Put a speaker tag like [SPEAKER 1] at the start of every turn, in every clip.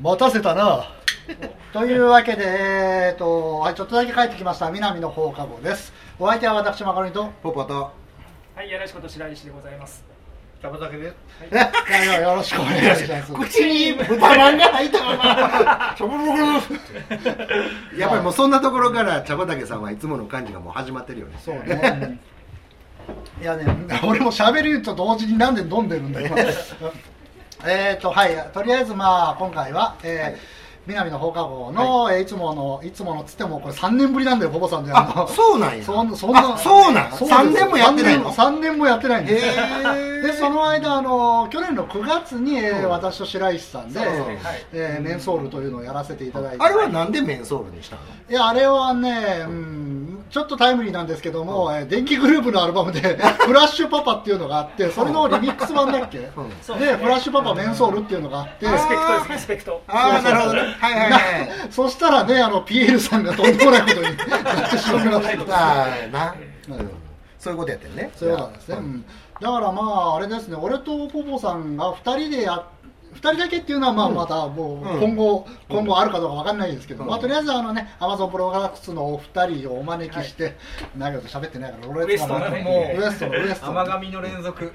[SPEAKER 1] 待たせたなというわけで、えー、とはいちょっとだけ帰ってきました南の放課後ですお相手は私マカロニと
[SPEAKER 2] ポポと
[SPEAKER 3] はい、よろしくと白石でございます。
[SPEAKER 2] たまたけで
[SPEAKER 1] はいはいよろしくお願いします
[SPEAKER 2] 口に豚まんが入ったままやっぱりもうそんなところから茶畑さんはいつもの感じがもう始まってるよね
[SPEAKER 1] そうね いやね俺も喋ると同時になんで飲んでるんだ 今えっとはいとりあえずまあ今回は、えー南の放課後の、えーいつものいつものつってもこれ3年ぶりなんだよポポさんであ
[SPEAKER 2] あそうなんや
[SPEAKER 1] そんそんな
[SPEAKER 2] あそうなん
[SPEAKER 1] そ
[SPEAKER 2] 3年もやってないの
[SPEAKER 1] 3年もやってないんです
[SPEAKER 2] へえ
[SPEAKER 1] でその間あの去年の9月に、えー私と白石さんで、
[SPEAKER 2] そうですね
[SPEAKER 3] はい
[SPEAKER 1] えーメンソールというのをやらせていただいて
[SPEAKER 2] あれはなんでメンソールにしたの
[SPEAKER 1] いやあれはね、うん、ちょっとタイムリーなんですけども、えー電気グループのアルバムで「フラッシュパパ」っていうのがあってそれのリミックス版だっけ、
[SPEAKER 3] そう
[SPEAKER 1] で「
[SPEAKER 3] ね
[SPEAKER 1] フラッシュパパメンソール」っていうのがあって
[SPEAKER 3] リスペクトです、リスペクト。
[SPEAKER 2] ああなるほどねはいはいはい
[SPEAKER 1] なそしたらねあのピエールさんがとんでもないことになってしまいました
[SPEAKER 2] ああな、うんそういうことやってるね
[SPEAKER 1] そういうことなんですね、うんだからまああれですね俺とポポさんが2人でや2人だけっていうのはまあまたも
[SPEAKER 2] うん
[SPEAKER 1] う今後、今後あるかどうかわかんないですけど、
[SPEAKER 2] うん
[SPEAKER 1] まあとりあえずあのねアマゾンプロダクツのお二人をお招きして、長いこと喋ってないから俺
[SPEAKER 3] ウエストだね
[SPEAKER 1] もうウエストのウエスト
[SPEAKER 4] 甘髪の連続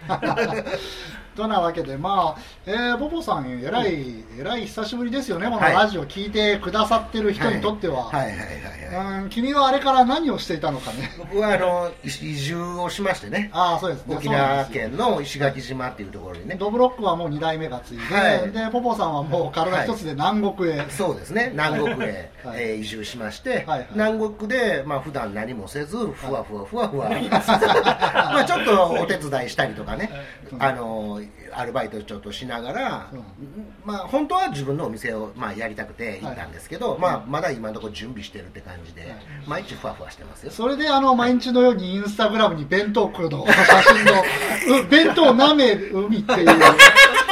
[SPEAKER 1] となわけでまあ、えー、ポポさんえらいえらい久しぶりですよねこの
[SPEAKER 2] はい
[SPEAKER 1] ラジオ聞いてくださってる人にとっては、
[SPEAKER 2] はいはいはいはい、
[SPEAKER 1] うん君はあれから何をしていたのかね
[SPEAKER 2] 僕はあの移移住をしましてね
[SPEAKER 1] ああそうですね
[SPEAKER 2] 沖
[SPEAKER 1] そうなん
[SPEAKER 2] 縄
[SPEAKER 1] ですよ
[SPEAKER 2] 県の石垣島っていうところにね
[SPEAKER 1] ドブロックはもう2代目がついて、
[SPEAKER 2] はい
[SPEAKER 1] でポポさんはもう体一つで南国へ、
[SPEAKER 2] そうですね南国へ、
[SPEAKER 1] はい
[SPEAKER 2] えー移住しまして、
[SPEAKER 1] はいはい
[SPEAKER 2] 南国で、まあ普段何もせずふわふわふわふわ、まあちょっとお手伝いしたりとかね、あのアルバイトちょっとしながら、
[SPEAKER 1] うん
[SPEAKER 2] まあ本当は自分のお店を、まあ、やりたくて行ったんですけど、まあ、まだ今のところ準備してるって感じで、
[SPEAKER 1] い
[SPEAKER 2] 毎日ふわふわしてますよ
[SPEAKER 1] それであの毎日のようにインスタグラムに弁当食うの写真のう 弁当舐め海っていう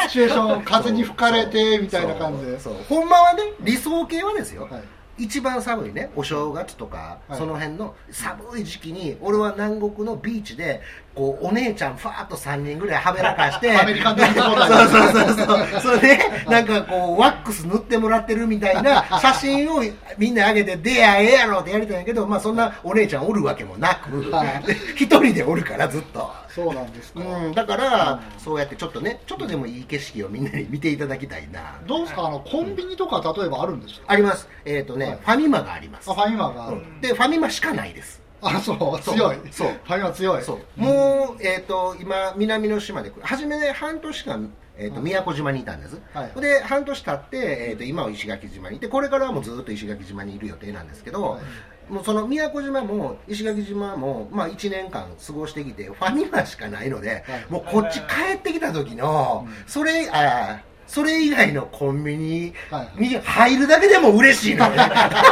[SPEAKER 1] シチュエーション風に吹かれてみたいな感じで
[SPEAKER 2] そうそうほんまはね理想系はですよ、
[SPEAKER 1] はい
[SPEAKER 2] 一番寒いねお正月とか、
[SPEAKER 1] はい
[SPEAKER 2] その辺の寒い時期に俺は南国のビーチでこうお姉ちゃんファーっと3人ぐらいはめらかし て
[SPEAKER 1] アメリカンドリームコーナ
[SPEAKER 2] そう
[SPEAKER 1] ー
[SPEAKER 2] そうそうそうそれでなんかこうワックス塗ってもらってるみたいな写真をみんな上げて「出会えやろ」ってやりたいんやけど、まあ、そんなお姉ちゃんおるわけもなく
[SPEAKER 1] はい
[SPEAKER 2] で一人でおるからずっと。
[SPEAKER 1] そうなんですか、
[SPEAKER 2] うん、だから、そうやってちょっとねちょっとでもいい景色をみんなに見ていただきたいな
[SPEAKER 1] どうですかあのコンビニとか例えばあるんですか
[SPEAKER 2] ありますえっ、とね、
[SPEAKER 1] はい
[SPEAKER 2] ファミマがあります
[SPEAKER 1] あファミマがある、
[SPEAKER 2] うんでファミマしかないです
[SPEAKER 1] あそう
[SPEAKER 2] そう
[SPEAKER 1] 強い
[SPEAKER 2] そう
[SPEAKER 1] ファミマ強い
[SPEAKER 2] そうもう、えっと今南の島で初めね半年間、えーと
[SPEAKER 1] はい
[SPEAKER 2] 宮古島にいたんです、
[SPEAKER 1] はい
[SPEAKER 2] で半年経って、えー、と今は石垣島にいてこれからはもうずっと石垣島にいる予定なんですけど、
[SPEAKER 1] はい
[SPEAKER 2] もうその宮古島も石垣島も、まあ、1年間過ごしてきてファミマしかないので、
[SPEAKER 1] はい
[SPEAKER 2] もうこっち帰ってきた時の、それあーそれ以外のコンビニに入るだけでも嬉し いのよね、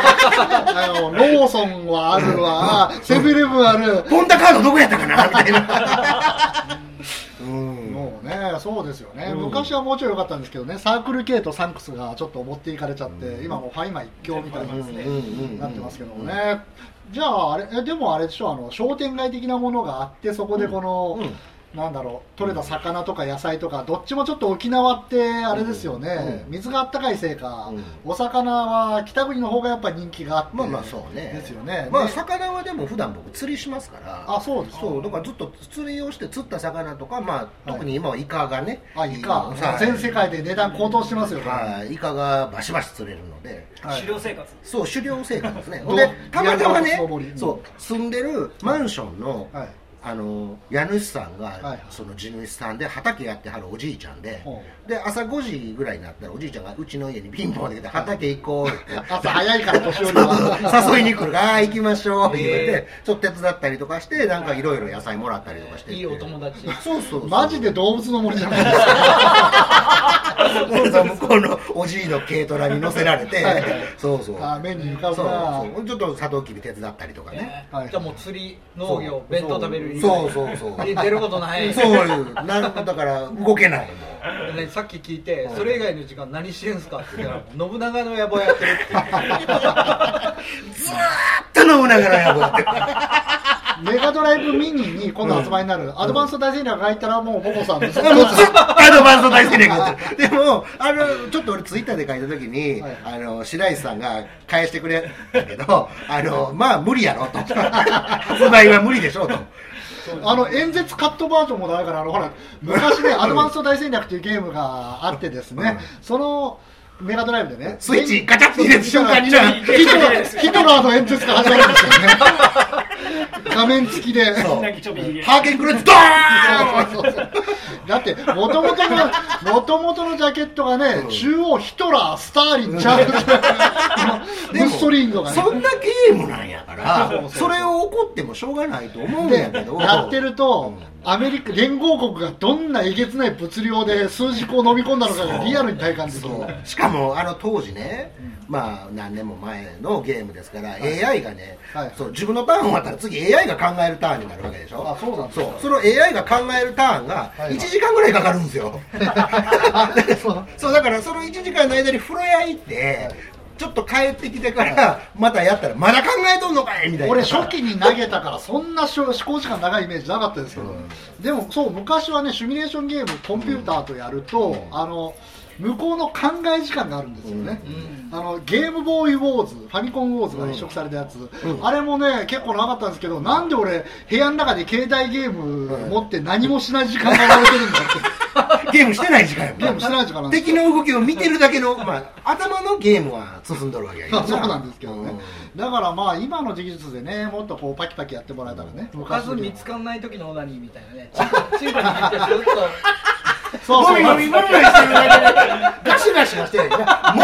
[SPEAKER 1] あのローソンはあるわセブンイレブンある
[SPEAKER 2] ポンタカードどこやったかなみたいな。うん。
[SPEAKER 1] もうね、そうですよね、
[SPEAKER 2] うん
[SPEAKER 1] 昔はもうちょい良かったんですけどね、サークル系とサンクスがちょっと持っていかれちゃって、
[SPEAKER 2] うん
[SPEAKER 1] 今もうファイマ一強みたいな、
[SPEAKER 3] うん
[SPEAKER 2] うんうんうん
[SPEAKER 1] なってますけどもね、じゃああれ、えでもあれでしょあの、商店街的なものがあって、そこでこの、
[SPEAKER 2] うん
[SPEAKER 1] なんだろう、取れた魚とか野菜とか、どっちもちょっと沖縄って、あれですよね、
[SPEAKER 2] うん
[SPEAKER 1] 水があったかいせいか、
[SPEAKER 2] うん
[SPEAKER 1] お魚は北国の方がやっぱ人気があって、
[SPEAKER 2] まあまあそうね。
[SPEAKER 1] ですよね、
[SPEAKER 2] まあ
[SPEAKER 1] で
[SPEAKER 2] 魚はでも普段僕釣りしますから。
[SPEAKER 1] あそうですか
[SPEAKER 2] そうだからずっと釣りをして釣った魚とかまあ
[SPEAKER 1] はい
[SPEAKER 2] 特に今はイカがね。
[SPEAKER 1] あイカ
[SPEAKER 2] は、い
[SPEAKER 1] 全世界で値段高騰してますよね。
[SPEAKER 2] はいイカがバシバシ釣れるので。
[SPEAKER 1] はい
[SPEAKER 3] 狩猟生活。
[SPEAKER 2] そう狩猟生活ですね。
[SPEAKER 1] ど
[SPEAKER 2] ほんでたまたま
[SPEAKER 1] や
[SPEAKER 2] ね
[SPEAKER 1] り直し登りう、ん
[SPEAKER 2] そう住んでるマンションの
[SPEAKER 1] はい
[SPEAKER 2] あの家主さんが、
[SPEAKER 1] はい
[SPEAKER 2] その地主さんで畑やってはるおじいちゃんで
[SPEAKER 1] ほ
[SPEAKER 2] で朝5時ぐらいになったらおじいちゃんがうちの家にピンポンで来て畑行こうって
[SPEAKER 1] 朝早いから年寄りは。
[SPEAKER 2] 誘いに来るからあー行きましょうって言われて、
[SPEAKER 4] へ
[SPEAKER 2] ちょっと手伝ったりとかしてなんかいろいろ野菜もらったりとかしてて
[SPEAKER 4] いいお友達
[SPEAKER 2] そうそうそう
[SPEAKER 1] マジで動物の森じゃないですか。
[SPEAKER 2] 向こうのおじいの軽トラに乗せられてそうそう
[SPEAKER 1] あ目に浮か
[SPEAKER 2] そう
[SPEAKER 1] ぶな。
[SPEAKER 2] そうちょっとサトウキビ手伝ったりとかね
[SPEAKER 4] ね
[SPEAKER 1] はい
[SPEAKER 4] じゃあもう釣り農
[SPEAKER 2] そ
[SPEAKER 4] 業
[SPEAKER 2] う
[SPEAKER 4] 弁当食べる以
[SPEAKER 2] そう
[SPEAKER 4] 外
[SPEAKER 2] そうそう
[SPEAKER 4] で出ることない
[SPEAKER 2] そういうなんだから動けないもう
[SPEAKER 4] でねさっき聞いてそれ以外の時間何してんすかって言ったらもう信長の野望やってるって
[SPEAKER 2] ずーっと信長の野望やってる
[SPEAKER 1] メガドライブミニに今度発売になる、アドバンスト大戦略が入ったらもうボコさんです
[SPEAKER 2] もうずっとアドバンスト大戦略だったでもあのちょっと俺ツイッターで書いた時に、
[SPEAKER 1] はい
[SPEAKER 2] あの白石さんが返してくれたけ どあのまあ無理やろと発売は無理でしょう と
[SPEAKER 1] あの演説カットバージョンもないから、あのほら昔ね、アドバンスト大戦略というゲームがあってですね、そのメガドライブでね、
[SPEAKER 2] スイッチガチャッと入れた瞬間にな
[SPEAKER 1] ヒトラーヒトラーの演説が始まるんですよね、画面付きで。
[SPEAKER 2] そう
[SPEAKER 3] 泣きちょびひげ
[SPEAKER 2] ハーゲンクルーズドーン
[SPEAKER 1] そうそうそう だってもともとの元々のジャケットがね、中央ヒトラースターリンチャール ズムッソリンゴがね
[SPEAKER 2] そんなゲームなんやからそれを怒ってもしょうがないと思うんやけ
[SPEAKER 1] で
[SPEAKER 2] ど
[SPEAKER 1] やってると、アメリカ連合国がどんなえげつない物量で数字こう飲み込んだのかがリアルに体感できる
[SPEAKER 2] そう しかもあの当時ね、まあ何年も前のゲームですから、AI がね、
[SPEAKER 1] はい
[SPEAKER 2] そう自分のターン終わったら次 AI が考えるターンになるわけでしょ
[SPEAKER 1] あそうなんです
[SPEAKER 2] そ
[SPEAKER 1] か
[SPEAKER 2] うその AI が考えるターンが
[SPEAKER 1] はい
[SPEAKER 2] 1時間ぐらいかかるんですよ、 そうだからその1時間の間に風呂屋行って、ちょっと帰ってきてからまたやったらまだ考えとんのかいみたいな
[SPEAKER 1] 俺初期に投げたからそんなしょ思考時間長いイメージなかったですけど、でもそう昔はねシミュレーションゲームコンピューターとやると、あの向こうの考え時間があるんですよね、あのゲームボーイウォーズファミコンウォーズが移植されたやつ、あれもね結構長かったんですけどなんで俺部屋の中で携帯ゲーム持って何もしない時間がられてるんだって
[SPEAKER 2] ゲームしてない時間やもん
[SPEAKER 1] ゲームしてない時間なんです
[SPEAKER 2] 敵の動きを見てるだけの、まあ、頭のゲームは進んどるわけやけど
[SPEAKER 1] あ そうなんですけどね、だからまあ今の技術でねもっとこうパキパキやってもらえたらね
[SPEAKER 5] おかず見つかんない時のオナニーみたいなねチューチューブに入ってずっ
[SPEAKER 1] そうそう
[SPEAKER 2] もみもみもみしてるだけでガシガシはしてるも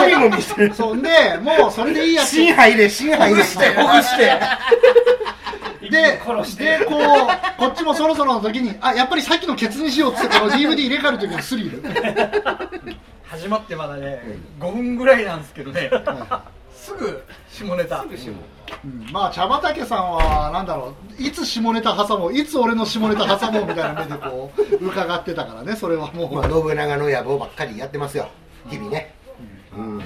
[SPEAKER 2] みもみしてる
[SPEAKER 1] そんでもうそれでいいやつ
[SPEAKER 2] 心配で心配でしてほぐして
[SPEAKER 1] で
[SPEAKER 3] 殺し、て
[SPEAKER 1] で、こう、こっちもそろそろの時に、あ、やっぱりさっきのケツにしようっつって、この DVD 入れ替える時のスリル。
[SPEAKER 5] と始まってまだね5分ぐらいなんですけどね
[SPEAKER 1] は
[SPEAKER 5] すぐ下ネタ
[SPEAKER 1] うんまあ、茶畑さんは、なんだろう、いつ下ネタ挟もう、いつ俺の下ネタ挟もうみたいな目でこう、伺ってたからね、それはもう。
[SPEAKER 2] まあ信長の野望ばっかりやってますよ日々ねうんう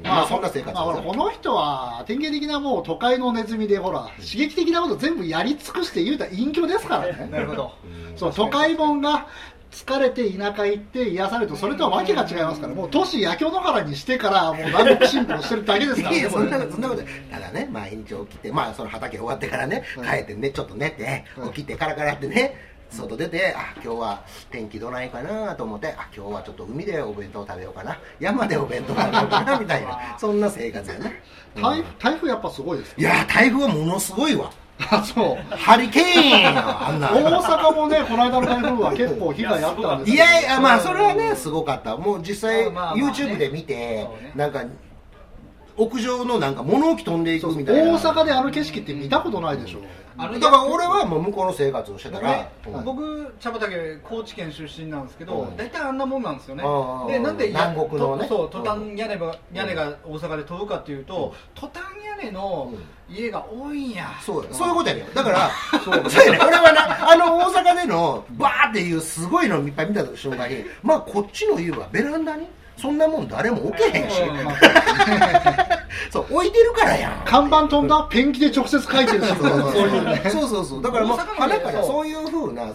[SPEAKER 2] んまあそんな生活
[SPEAKER 1] まあほらこの人は典型的なもう都会のネズミでほら刺激的なこと全部やり尽くして言うたら隠居ですからね
[SPEAKER 5] なるほど
[SPEAKER 1] そう都会もんが疲れて田舎行って癒されるとそれとは訳が違いますからもう都市焼け野原にしてからもう南国進歩してるだけですから
[SPEAKER 2] いや
[SPEAKER 1] ね
[SPEAKER 2] そんな
[SPEAKER 1] これ
[SPEAKER 2] そんなことただね毎日起きてまあその畑終わってからね
[SPEAKER 1] は
[SPEAKER 2] 帰
[SPEAKER 1] い
[SPEAKER 2] ってねちょっと寝て
[SPEAKER 1] はい
[SPEAKER 2] 起きてカラカラってね外出てあ今日は天気どないかなと思ってあ今日はちょっと海でお弁当食べようかな山でお弁当食べようかなみたいなそんな生活やね
[SPEAKER 1] 台台風やっぱすごい です
[SPEAKER 2] いや台風はものすごいわ
[SPEAKER 1] あそう
[SPEAKER 2] ハリケーンやわあんな
[SPEAKER 1] 大阪もねこの間の台風は結構被害あったんです
[SPEAKER 2] い
[SPEAKER 1] けど
[SPEAKER 2] やいやまあそれはねすごかったもう実際
[SPEAKER 5] まあまあまあね
[SPEAKER 2] YouTube で見て
[SPEAKER 5] そうね
[SPEAKER 2] なんか屋上のなんか物置飛んでい
[SPEAKER 1] そう
[SPEAKER 2] く
[SPEAKER 1] そう
[SPEAKER 2] みたいな
[SPEAKER 1] 大阪であの景色って見たことないでしょ
[SPEAKER 5] あの
[SPEAKER 2] だから俺はもう向こうの生活をしてたら、う
[SPEAKER 5] 僕
[SPEAKER 2] ん
[SPEAKER 5] 僕茶畑高知県出身なんですけ
[SPEAKER 2] う
[SPEAKER 5] ど
[SPEAKER 2] ん
[SPEAKER 5] 大体あんなもんなんですよね
[SPEAKER 2] ああ
[SPEAKER 5] でなんで
[SPEAKER 2] 南国のね
[SPEAKER 5] とそうトタン屋根ば屋根が大阪で飛ぶかっていうとトタン屋根の家が多いんや
[SPEAKER 2] そうやそういうことやねんだ からそうやねん俺はなあの大阪でのバーっていうすごいのいっぱい見た瞬 間にまあこっちの家はベランダにそんなもん誰も置けへんし、
[SPEAKER 5] うんまあ
[SPEAKER 2] そう置いてるからやん
[SPEAKER 1] 看板飛んだペンキで直接書いてるしそういうね
[SPEAKER 2] そうそうそうだからもう
[SPEAKER 5] 大阪の
[SPEAKER 2] だ
[SPEAKER 5] ね
[SPEAKER 2] からそういうふうな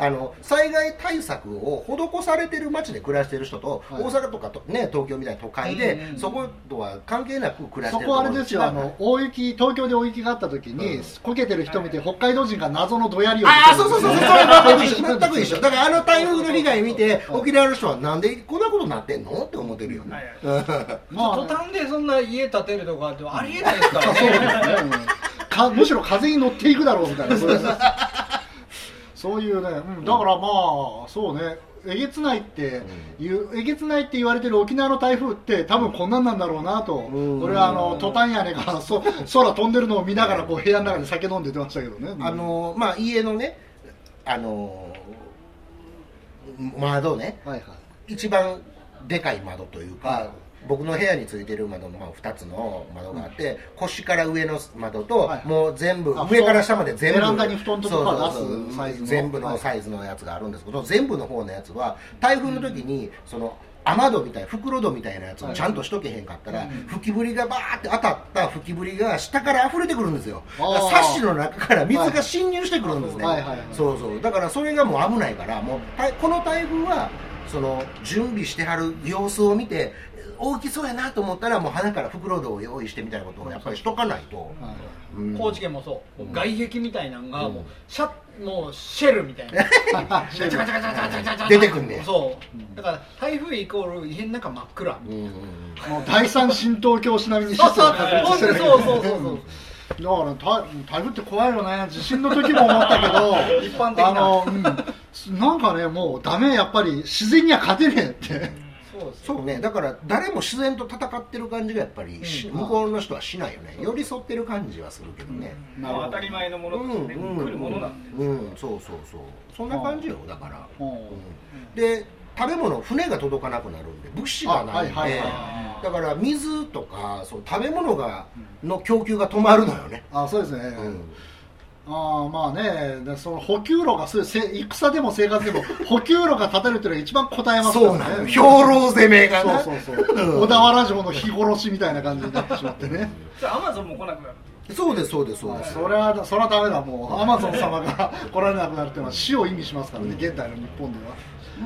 [SPEAKER 2] あの災害対策を施されてる町で暮らしてる人と、
[SPEAKER 1] はい
[SPEAKER 2] 大阪とかと、ね、東京みたいな都会で、そことは関係なく暮 らし
[SPEAKER 1] そ
[SPEAKER 2] てると
[SPEAKER 1] こ
[SPEAKER 2] こ
[SPEAKER 1] あれですよ、あの大雪、東京で大雪があった時に、こけてる人見て、北海道人が謎のどやりを
[SPEAKER 2] ああそうそ うそうそうそれは全
[SPEAKER 1] 全
[SPEAKER 2] く全く一緒だからあの台風の被害見て沖縄の人はなんでこんなことになってんのって思ってるよね、
[SPEAKER 3] はいはい
[SPEAKER 1] まあ
[SPEAKER 5] トタンでそんな家建てるとかってありえないですから
[SPEAKER 1] そう
[SPEAKER 5] ね
[SPEAKER 1] ですね、うんか むしろ風に乗っていくだろうみたいな、そういうそういうね、うん、だからまあ、そうね、えげつないって言う、えげつないって言われてる沖縄の台風って、多分こんなんなんだろうなと、
[SPEAKER 2] ん
[SPEAKER 1] 俺はあのトタン屋根からそ空飛んでるのを見ながらこう、部屋の中で酒飲んでてましたけどね。うん
[SPEAKER 2] あのまあ家のねあの窓ね、
[SPEAKER 1] はいはい
[SPEAKER 2] 一番でかい窓というか、僕の部屋についてる窓の2つの窓があって、腰から上の窓と、
[SPEAKER 1] はい
[SPEAKER 2] もう全部
[SPEAKER 1] あ布団
[SPEAKER 2] 上から下まで全
[SPEAKER 1] ベ
[SPEAKER 2] 部
[SPEAKER 1] ランダに布団とかが
[SPEAKER 2] そうそう
[SPEAKER 1] 出
[SPEAKER 2] そう
[SPEAKER 1] すサイズの
[SPEAKER 2] 全部の
[SPEAKER 1] はい
[SPEAKER 2] サイズのやつがあるんですけど、全部の方のやつは台風の時に、その雨戸みたい袋戸みたいなやつをちゃんとしとけへんかったら、吹きぶりがバーって当たった吹きぶりが下から溢れてくるんですよだから
[SPEAKER 1] あー
[SPEAKER 2] サッシの中から水が侵入してくるんですね、
[SPEAKER 1] はいはいはいはい
[SPEAKER 2] そうそうだからそれがもう危ないからもうたこの台風はその準備してはる様子を見て大きそうやなと思ったらもう鼻から袋戸を用意してみたいなことをやっぱりしとかないと、うん
[SPEAKER 5] 高知県もそう、
[SPEAKER 2] うん
[SPEAKER 5] 外壁みたいなのがもう,、
[SPEAKER 2] うん
[SPEAKER 5] シャッもうシェルみたいな
[SPEAKER 1] シェル
[SPEAKER 2] 出てくんね
[SPEAKER 5] そうだから台風イコール家の中真っ暗、
[SPEAKER 2] うんうんうん
[SPEAKER 1] もう第三神道教師並みに
[SPEAKER 5] そうそう
[SPEAKER 1] を確立
[SPEAKER 5] ほん
[SPEAKER 1] してる
[SPEAKER 5] でそうそうそうそう
[SPEAKER 1] だからた台風って怖いよね地震の時も思ったけ ど
[SPEAKER 5] 一般的な
[SPEAKER 1] あの、うん、なんかねもうダメやっぱり自然には勝てねえって
[SPEAKER 5] そうです
[SPEAKER 2] そうねだから誰も自然と戦ってる感じがやっぱりし、向こうの人はしないよね寄り添ってる感じはするけどね、
[SPEAKER 1] なるほど
[SPEAKER 3] まあ当たり前のも
[SPEAKER 2] う
[SPEAKER 3] の
[SPEAKER 2] ん
[SPEAKER 3] としてね来るものなんで
[SPEAKER 2] うん、そうそうそうそんな感じよだから、
[SPEAKER 1] も
[SPEAKER 2] うんで食べ物船が届かなくなるんで物資がないんで、
[SPEAKER 1] あはいはいは
[SPEAKER 2] だから水とかそう食べ物がの供給が止まるのよね、
[SPEAKER 1] うあそうですね、
[SPEAKER 2] うん
[SPEAKER 1] ああまあねでその補給路がそういうせ戦でも生活でも補給路が立てるっていうのが一番答えますか
[SPEAKER 2] そ
[SPEAKER 1] ら
[SPEAKER 2] う
[SPEAKER 1] ね
[SPEAKER 2] なの兵糧攻めがな
[SPEAKER 1] そうそうそう小田原城の日殺しみたいな感じになってしまってね
[SPEAKER 3] すじゃあアマゾンも来なくなる
[SPEAKER 2] そうですそうですそうです、
[SPEAKER 1] それはそれはダメだもうアマゾン様が 来られなくなるっていうのは死を意味しますからね現代の日本では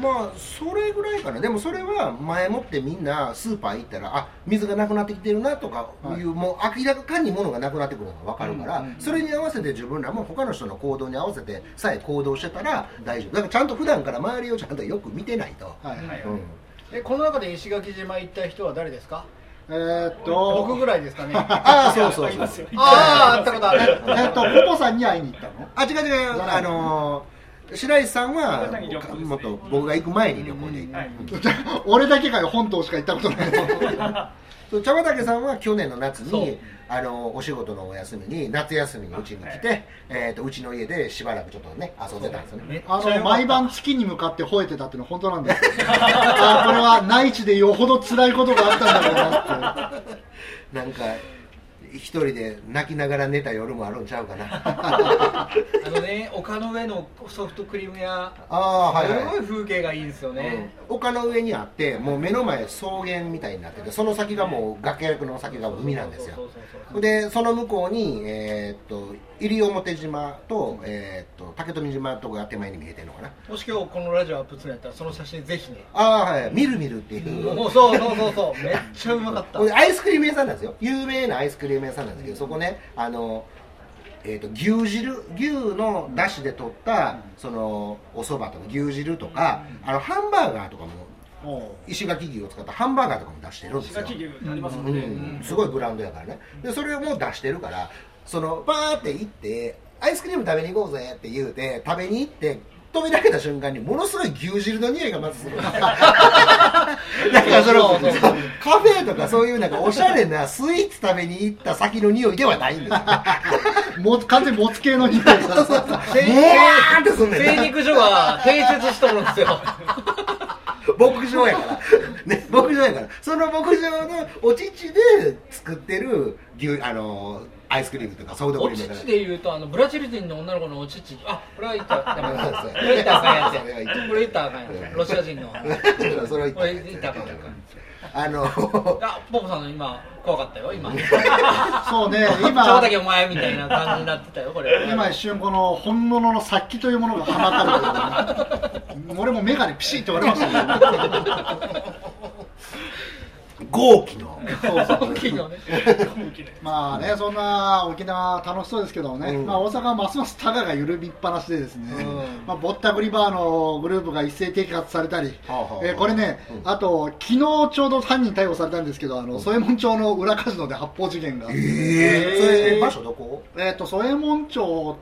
[SPEAKER 2] まあそれぐらいかなでもそれは前もってみんなスーパー行ったらあ水がなくなってきてるなとかいう、
[SPEAKER 1] はい
[SPEAKER 2] もう明らかに物がなくなってくるのが分かるから、それに合わせて自分らも他の人の行動に合わせてさえ行動してたら大丈夫だからちゃんと普段から周りをちゃんとよく見てないと、
[SPEAKER 1] はい、
[SPEAKER 3] はい
[SPEAKER 2] うん
[SPEAKER 5] えこの中で石垣島行った人は誰ですか
[SPEAKER 1] えーっと
[SPEAKER 5] 僕ぐらいですかねあ
[SPEAKER 2] ああそうそ
[SPEAKER 3] あ
[SPEAKER 2] う
[SPEAKER 3] り
[SPEAKER 2] そう
[SPEAKER 3] ますよ
[SPEAKER 5] あ会ったことあ
[SPEAKER 1] え
[SPEAKER 5] る
[SPEAKER 1] ーっとポポさんに会いに行ったの
[SPEAKER 2] あ違う違うあのー白石さんは
[SPEAKER 3] 白石さんに旅行ですね
[SPEAKER 2] もっと僕が行く前に旅行で行った、
[SPEAKER 3] はい
[SPEAKER 1] 俺だけがよ本島しか行ったことない
[SPEAKER 2] そう茶畑さんは去年の夏
[SPEAKER 5] そ
[SPEAKER 2] に
[SPEAKER 5] う
[SPEAKER 2] あのお仕事のお休みに夏休みにうちに来て、えー、とうちの家でしばらくちょっとね遊んでたんですよ
[SPEAKER 5] めっ
[SPEAKER 2] ね
[SPEAKER 5] ちゃ
[SPEAKER 1] あ
[SPEAKER 5] 良か
[SPEAKER 1] の
[SPEAKER 5] った
[SPEAKER 1] 毎晩月に向かって吠えてたっていうのは本当なんですよあーこれは内地でよほど辛いことがあったんだろうなって
[SPEAKER 2] なんか一人で泣きながら寝た夜もあるんちゃうかなあ
[SPEAKER 5] あのね丘の上のソフトクリーム屋
[SPEAKER 2] あはい
[SPEAKER 5] す
[SPEAKER 2] は
[SPEAKER 5] ご
[SPEAKER 2] い
[SPEAKER 5] い風景がいいんですよね、
[SPEAKER 2] 丘の上にあってもう目の前草原みたいになっててその先がもう崖の先が海なんですよ
[SPEAKER 5] そうそうそうそう
[SPEAKER 2] でその向こうに、えー、と西表島と,、えー、と竹富島とかが手前に見えてるのかな
[SPEAKER 5] もし今日このラジオアップするんやったらその写真ぜひね
[SPEAKER 2] ああはい「みるみる」っていう
[SPEAKER 5] もうそうそうそうそうめっちゃうまかった
[SPEAKER 2] これアイスクリーム屋さんなんですよ有名なアイスクリーム屋さんなんですけど、そこねあの、えー、と牛汁牛のだしで取った、そのおそばとか牛汁とか、あのハンバーガーとかも
[SPEAKER 1] も
[SPEAKER 2] 石垣牛を使ったハンバーガーとかも出してるんです
[SPEAKER 3] 石
[SPEAKER 2] よ
[SPEAKER 3] 垣牛ありますも
[SPEAKER 2] うん
[SPEAKER 3] ね、
[SPEAKER 2] ん、すごいブランドやからねでそれをもう出してるからそのバーって行ってアイスクリーム食べに行こうぜって言うて食べに行って飛び出けた瞬間にものすごい牛汁の匂いがまずするなんかその
[SPEAKER 5] そうそう
[SPEAKER 2] そうカフェとかそういうなんかおしゃれなスイーツ食べに行った先の匂いではないんですよ
[SPEAKER 1] うもう完全にもつ系の匂いが
[SPEAKER 5] 精
[SPEAKER 2] もわーってすんねんな
[SPEAKER 5] 精肉所が併設しとるんですよ
[SPEAKER 2] 牧場やから、 ね、牧場やからその牧場のお乳で作ってる牛あのアイスクリームとかソフトク
[SPEAKER 5] お
[SPEAKER 2] リームとか
[SPEAKER 5] 乳でいうとあのブラジル人の女の子のお乳あこれは言った らダメだ
[SPEAKER 2] そうそう
[SPEAKER 5] これ言ったらあかん
[SPEAKER 2] それは
[SPEAKER 5] や
[SPEAKER 2] 言ったらあかん
[SPEAKER 5] つこれ言ったらあかんやつロシア人の
[SPEAKER 2] それは言った
[SPEAKER 5] これ言ったらあかんや
[SPEAKER 2] ら あの
[SPEAKER 5] つあポポさんの今怖かったよ今
[SPEAKER 1] そうね
[SPEAKER 5] ちょう
[SPEAKER 1] 今
[SPEAKER 5] だけお前みたいな感じになってたよこれ
[SPEAKER 1] 今一瞬この本物の殺気というものがはまったんだけどね俺も眼鏡ピシッて割れましたね
[SPEAKER 2] 豪気の
[SPEAKER 1] そうそう
[SPEAKER 5] 大きいのね
[SPEAKER 3] 空気で
[SPEAKER 1] まあね、そんな沖縄楽しそうですけどね、
[SPEAKER 2] うん
[SPEAKER 1] まあ、大阪はますますタガが緩みっぱなしでですね、
[SPEAKER 5] うん
[SPEAKER 1] まあ、ぼったくりバーのグループが一斉摘発されたり、
[SPEAKER 2] はあはあはあ
[SPEAKER 1] えーこれね、
[SPEAKER 2] うん
[SPEAKER 1] あと昨日ちょうど犯人逮捕されたんですけどあの添右衛門町の裏カジノで発砲事件があって、
[SPEAKER 2] えそれ場所どこ
[SPEAKER 1] えーと添右衛門町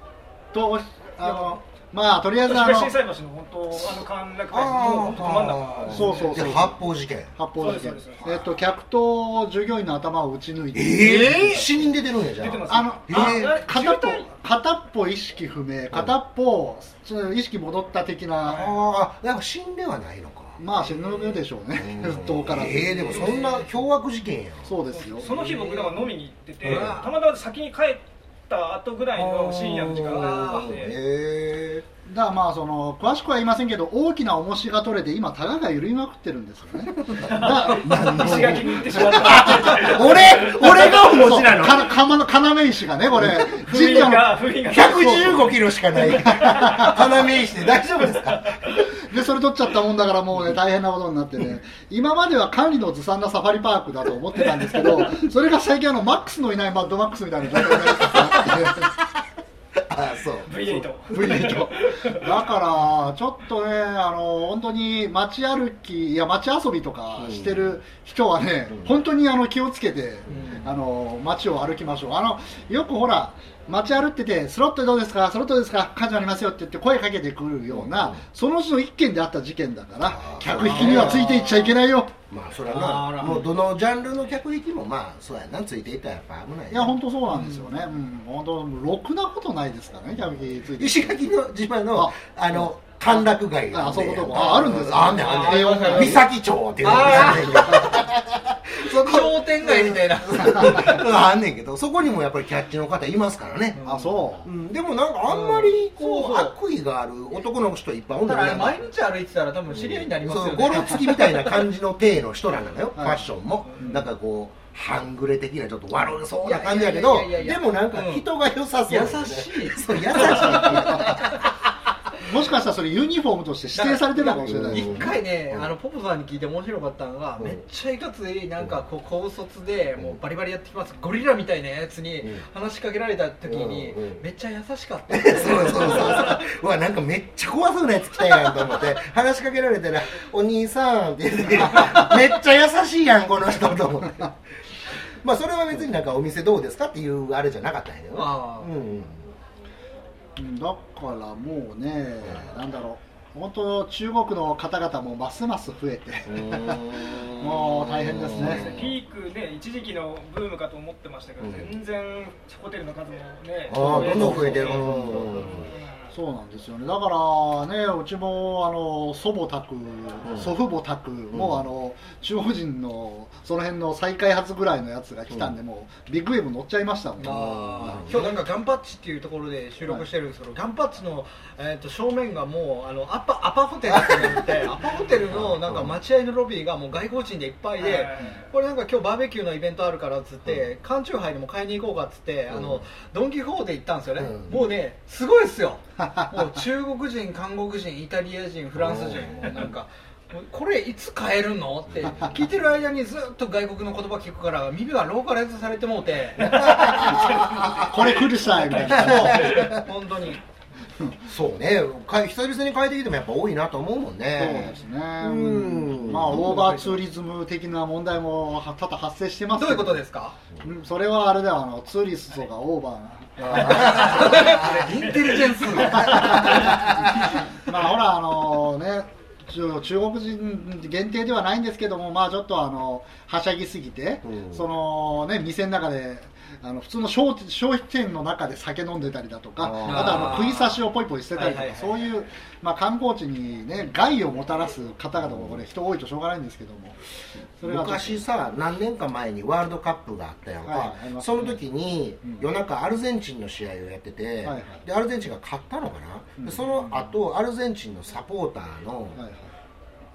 [SPEAKER 1] とあのまあとりあえずあの
[SPEAKER 3] 東震
[SPEAKER 1] 発
[SPEAKER 3] 災橋の本当あの歓楽街の本当ど真ん中
[SPEAKER 1] ーそうそうそう
[SPEAKER 2] で発砲事件
[SPEAKER 1] 砲事
[SPEAKER 3] そう
[SPEAKER 1] 件
[SPEAKER 3] ですそうです
[SPEAKER 1] えーと客と従業員の頭を撃ち抜いて、
[SPEAKER 2] ええ死人出てるんやじゃ
[SPEAKER 3] 出てます
[SPEAKER 1] あの、
[SPEAKER 2] え
[SPEAKER 1] あ
[SPEAKER 3] ー
[SPEAKER 1] 片っぽ
[SPEAKER 3] 渋滞
[SPEAKER 1] 片っぽ意識不明、片っぽちょっと意識戻った的な、
[SPEAKER 2] ああなんか死んではないのか
[SPEAKER 1] まあ死ぬでしょうね、どうからず
[SPEAKER 2] ええでもそんな凶悪事件や
[SPEAKER 1] そうですよ。
[SPEAKER 3] その日僕だから飲みに行ってて、
[SPEAKER 2] うん
[SPEAKER 3] たまたま先に帰っった後ぐらいの深夜の時間帯だったんで
[SPEAKER 2] へえ
[SPEAKER 1] だからまあその詳しくは言いませんけど大きな重しが取れて今タガが緩みまくってるんですよね
[SPEAKER 3] 石垣に行ってしまった
[SPEAKER 2] 俺 俺がお持ちなの
[SPEAKER 1] かかまの要石がねこれ
[SPEAKER 3] 不
[SPEAKER 1] 神
[SPEAKER 3] 倫
[SPEAKER 1] 社
[SPEAKER 3] が不倫が
[SPEAKER 2] 115キロしか ない花見して大丈夫ですか
[SPEAKER 1] のでそれ取っちゃったもんだからもうね大変なことになってね今までは管理のずさんなサファリパークだと思ってたんですけどそれが最近あのマックスのいないマッドマックスみたいな状況になってきて
[SPEAKER 2] あそう
[SPEAKER 3] V8
[SPEAKER 1] V8 だからちょっとねあの本当に街歩きいや街遊びとかしてる人はね、本当にあの気をつけて、あの街を歩きましょうあのよくほら街歩っててスロットどうですかスロットですか感情ありますよって言って声かけてくるような、そのうちの一件であった事件だから
[SPEAKER 2] あー
[SPEAKER 1] 客引きにはついていっちゃいけないよ
[SPEAKER 2] まあそれ
[SPEAKER 5] あ
[SPEAKER 2] はな
[SPEAKER 5] ら
[SPEAKER 2] もうどのジャンルの客引きもまあそうやなついていったらやっぱ危ない
[SPEAKER 1] いや本当そうなんですよね、うん本当ろくなことないですからね客引きついて
[SPEAKER 2] 石垣の島
[SPEAKER 1] あ
[SPEAKER 2] のあの歓楽街が
[SPEAKER 1] あそ
[SPEAKER 2] ん
[SPEAKER 1] こ
[SPEAKER 2] ね
[SPEAKER 1] とこああるんですか
[SPEAKER 2] あんねんあんねん
[SPEAKER 1] あー
[SPEAKER 2] 三崎町っていうのがあんねんけど そこ
[SPEAKER 5] 商店街みたいな
[SPEAKER 2] あんねんけどそこにもやっぱりキャッチの方いますからね、
[SPEAKER 1] あそう
[SPEAKER 2] うんでもなんかあんまりこう
[SPEAKER 5] そうそう
[SPEAKER 2] 悪意がある男の人いっぱいおん
[SPEAKER 5] だ
[SPEAKER 2] だ
[SPEAKER 5] か
[SPEAKER 2] よ
[SPEAKER 5] ら
[SPEAKER 2] ね
[SPEAKER 5] 毎日歩いてたら多分知り合いになりますよ
[SPEAKER 2] そう
[SPEAKER 5] ね
[SPEAKER 2] ゴロつきみたいな感じの体の人らなのよ、
[SPEAKER 1] はい
[SPEAKER 2] ファッションも、なんかこう半グレ的なちょっと悪そうな感じやけど
[SPEAKER 5] いやいやいやいや
[SPEAKER 2] でもなんか人が良さそう、
[SPEAKER 5] 優しい
[SPEAKER 2] そう優しい
[SPEAKER 1] もしかしたらそれユニフォームとして指定されてるのかもしれないです
[SPEAKER 5] 一回ね、
[SPEAKER 2] うん
[SPEAKER 5] あのポポさんに聞いて面白かったのが、
[SPEAKER 2] うん
[SPEAKER 5] めっちゃいかついなんかこう高卒でもうバリバリやってきますゴリラみたいなやつに
[SPEAKER 2] うん
[SPEAKER 5] 話しかけられた時に、
[SPEAKER 2] うんうん
[SPEAKER 5] めっちゃ優しかった
[SPEAKER 2] そう そうそうそううわなんかめっちゃ怖そうなやつ来たやんと思って話しかけられたら「お兄さん」って言ってめっちゃ優しいやんこの人と思ってまあそれは別になんかお店どうですかっていうあれじゃなかったんやけどね
[SPEAKER 5] あー
[SPEAKER 2] うんうん
[SPEAKER 1] うんだからもうね、なんだろう、本当、中国の方々もますます増えて、もう大変ですね
[SPEAKER 3] ピークね一時期のブームかと思ってましたけど、
[SPEAKER 2] うん
[SPEAKER 3] 全然ホテルの数もね
[SPEAKER 2] あーどんどん増えてる
[SPEAKER 3] う
[SPEAKER 2] うん
[SPEAKER 1] そうなんですよね、だからね、うちもあの祖母宅、祖父母宅、もうあの中国人のその辺の再開発ぐらいのやつが来たんで、もうビッグウェーブ乗っちゃいましたもん、
[SPEAKER 5] あー今日なんかガンパッチっていうところで収録してるんですけど、ガンパッチの、えー、と正面がもうあのアパアパホテルってなっててアパホテルのなんか待合のロビーがもう外国人でいっぱいで、
[SPEAKER 3] はい
[SPEAKER 5] これなんか今日バーベキューのイベントあるからっつって、缶チューハイでも買いに行こうかっつって、あのドン・キホーテ行ったんですよね、
[SPEAKER 2] うん
[SPEAKER 5] もうねすごいっすよもう中国人韓国人イタリア人フランス人
[SPEAKER 2] うん
[SPEAKER 5] もうなんかもうこれいつ買えるのって聞いてる間にずっと外国の言葉聞くから耳がローカライズされてもうて
[SPEAKER 1] これ来るさい みたいな、
[SPEAKER 5] 本当に
[SPEAKER 2] そうねか久々に変えてきてもやっぱ多いなと思うもん
[SPEAKER 1] そう
[SPEAKER 2] ね
[SPEAKER 1] ですね、
[SPEAKER 2] うん
[SPEAKER 1] まあ、オーバーツーリズム的な問題も多々発生してます
[SPEAKER 5] ど
[SPEAKER 1] け
[SPEAKER 5] ういうことですか
[SPEAKER 1] うんそれはあれだよ、あのツーリストがオーバーな。
[SPEAKER 5] インテリジェンス
[SPEAKER 1] まあほらあのね中中国人限定ではないんですけどもまあちょっとあのはしゃぎすぎて、
[SPEAKER 2] うん
[SPEAKER 1] そのね店の中であの普通の消消費店の中で酒飲んでたりだとか
[SPEAKER 2] あ
[SPEAKER 1] あ
[SPEAKER 2] ー
[SPEAKER 1] とあの食い差しをポイポイ捨てたりとか、
[SPEAKER 5] はいはいはい
[SPEAKER 1] そういう、まあ、観光地にね害をもたらす方々もこれ人多いとしょうがないんですけどもそれは
[SPEAKER 2] 昔さ何年か前にワールドカップがあったやんか、
[SPEAKER 1] はいあります
[SPEAKER 2] その時に
[SPEAKER 1] うん
[SPEAKER 2] 夜中アルゼンチンの試合をやってて、
[SPEAKER 1] いはい
[SPEAKER 2] でアルゼンチンが勝ったのかな、
[SPEAKER 1] うん
[SPEAKER 2] でその後アルゼンチンのサポーターの
[SPEAKER 1] はいはい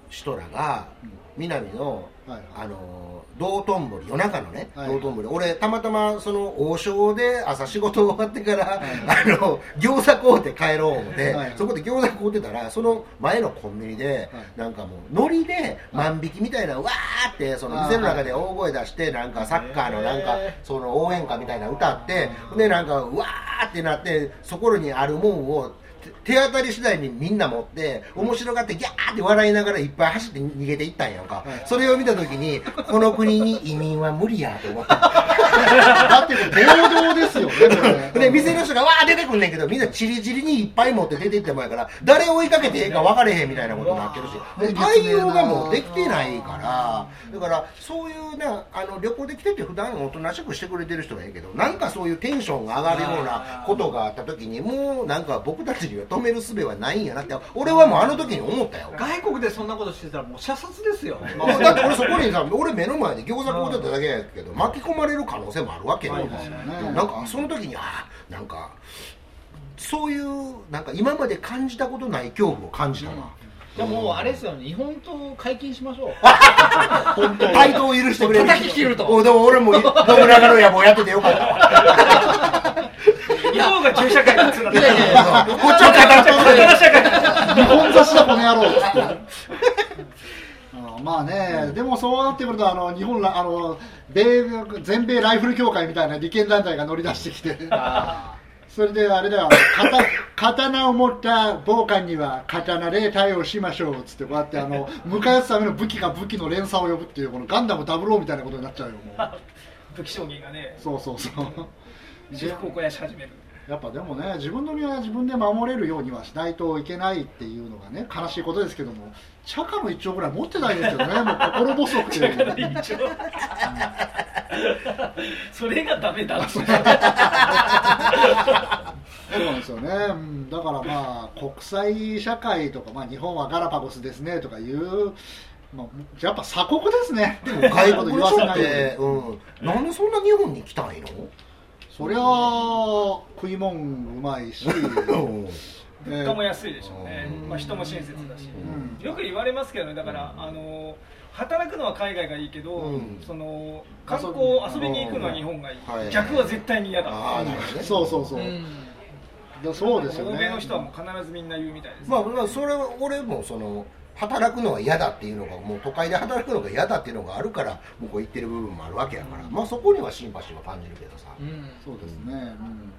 [SPEAKER 2] 人らが
[SPEAKER 1] うん
[SPEAKER 2] 南の、
[SPEAKER 1] はいはい
[SPEAKER 2] あの道頓堀夜中のね、
[SPEAKER 1] はい
[SPEAKER 2] 道頓堀俺たまたまその王将で朝仕事終わってから、あの餃子買うて帰ろう思って、
[SPEAKER 1] はい
[SPEAKER 2] そこで餃子買うてたらその前のコンビニで、
[SPEAKER 1] はい
[SPEAKER 2] なんかもうノリで万引きみたいな、わーってその店の中で大声出してなんかサッカーのなんかその応援歌みたいな歌ってでなんかうわーってなってそこにあるもんを手手当たり次第にみんな持って面白がってギャーって笑いながらいっぱい走って逃げていったんやんか、それを見た時にこの国に移民は無理やと思って
[SPEAKER 1] だって暴動ですよねこれ
[SPEAKER 2] で店の人がわー出てくんねんけどみんなチリチリにいっぱい持って出て行ってもやから誰追いかけてええか分かれへんみたいなことになってるしもう対応がもうできてないからだからそういうねあの旅行で来てて普段おとなしくしてくれてる人がいいけどなんかそういうテンションが上がるようなことがあった時にもうなんか僕たちにを止める術はないんやなって俺はもうあの時に思ったよ
[SPEAKER 5] 外国でそんなことしてたらもう射殺ですよ、
[SPEAKER 2] まあだって俺そこにさ俺目の前で餃子食うてただけやけど巻き込まれる可能性もあるわけよ、
[SPEAKER 1] そうですよね
[SPEAKER 2] でもなんかその時にあーなんかそういうなんか今まで感じたことない恐怖を感じたな、
[SPEAKER 5] じゃあもうあれですよね日本刀解禁しましょう
[SPEAKER 2] 本当対等を許してくれる
[SPEAKER 5] 叩き切ると
[SPEAKER 2] おでも俺も信長の野望やっててよかった わ
[SPEAKER 3] 日本が銃社会に移るんだ
[SPEAKER 5] いやいや
[SPEAKER 2] こっちを語ってくれる
[SPEAKER 1] 日本差しだこの野郎っつってあーまあね、でもそうなってくるとあの日本らあの米全米ライフル協会みたいな利権団体が乗り出してきてそれであれだよ刀刀を持った暴漢には刀で対応しましょうっつってこうやってあ の向かい撃つための武器が武器の連鎖を呼ぶっていうこのガンダム00みたいなことになっちゃうよもう
[SPEAKER 3] 武器将棋がね
[SPEAKER 1] そうそうそう
[SPEAKER 3] 私服を肥やし始める
[SPEAKER 1] やっぱでもね自分の身は自分で守れるようにはしないといけないっていうのがね悲しいことですけども茶化の一丁ぐらい持ってないですよ ねもう心細くて
[SPEAKER 3] 一応 それがダメだって
[SPEAKER 1] そうなんですよね、うん、だからまあ国際社会とか、まあ、日本はガラパゴスですねとかいう、まあ、やっぱ鎖国ですね
[SPEAKER 2] 外
[SPEAKER 1] そういうこと
[SPEAKER 2] 国
[SPEAKER 1] 言
[SPEAKER 2] の
[SPEAKER 1] わせ
[SPEAKER 2] 人っ
[SPEAKER 1] ないように
[SPEAKER 2] て、うん、なんでそんな日本に来たんや
[SPEAKER 1] そりゃあ食いもんうまい し、
[SPEAKER 2] ろ、うん
[SPEAKER 1] え
[SPEAKER 3] 物価も安いでしょうね
[SPEAKER 2] う、ん
[SPEAKER 3] まあ、人も親切だし、
[SPEAKER 1] うん
[SPEAKER 3] よく言われますけどねだから、あの働くのは海外がいいけど、
[SPEAKER 2] うん
[SPEAKER 3] その観光遊びに行くのは日本がいい、
[SPEAKER 2] はい
[SPEAKER 3] 逆は絶対に嫌だ、
[SPEAKER 2] ああなるほどね
[SPEAKER 1] そうそうそう、だそうですよね
[SPEAKER 3] 欧米の人はもう必ずみんな言うみたいです、
[SPEAKER 2] まあ、まあそれは俺もその働くのは嫌だっていうのがもう都会で働くのが嫌だっていうのがあるから向こう行ってる部分もあるわけやから、まあそこにはシンパシーは感じるけどさ、
[SPEAKER 5] うん
[SPEAKER 1] そうですね、うん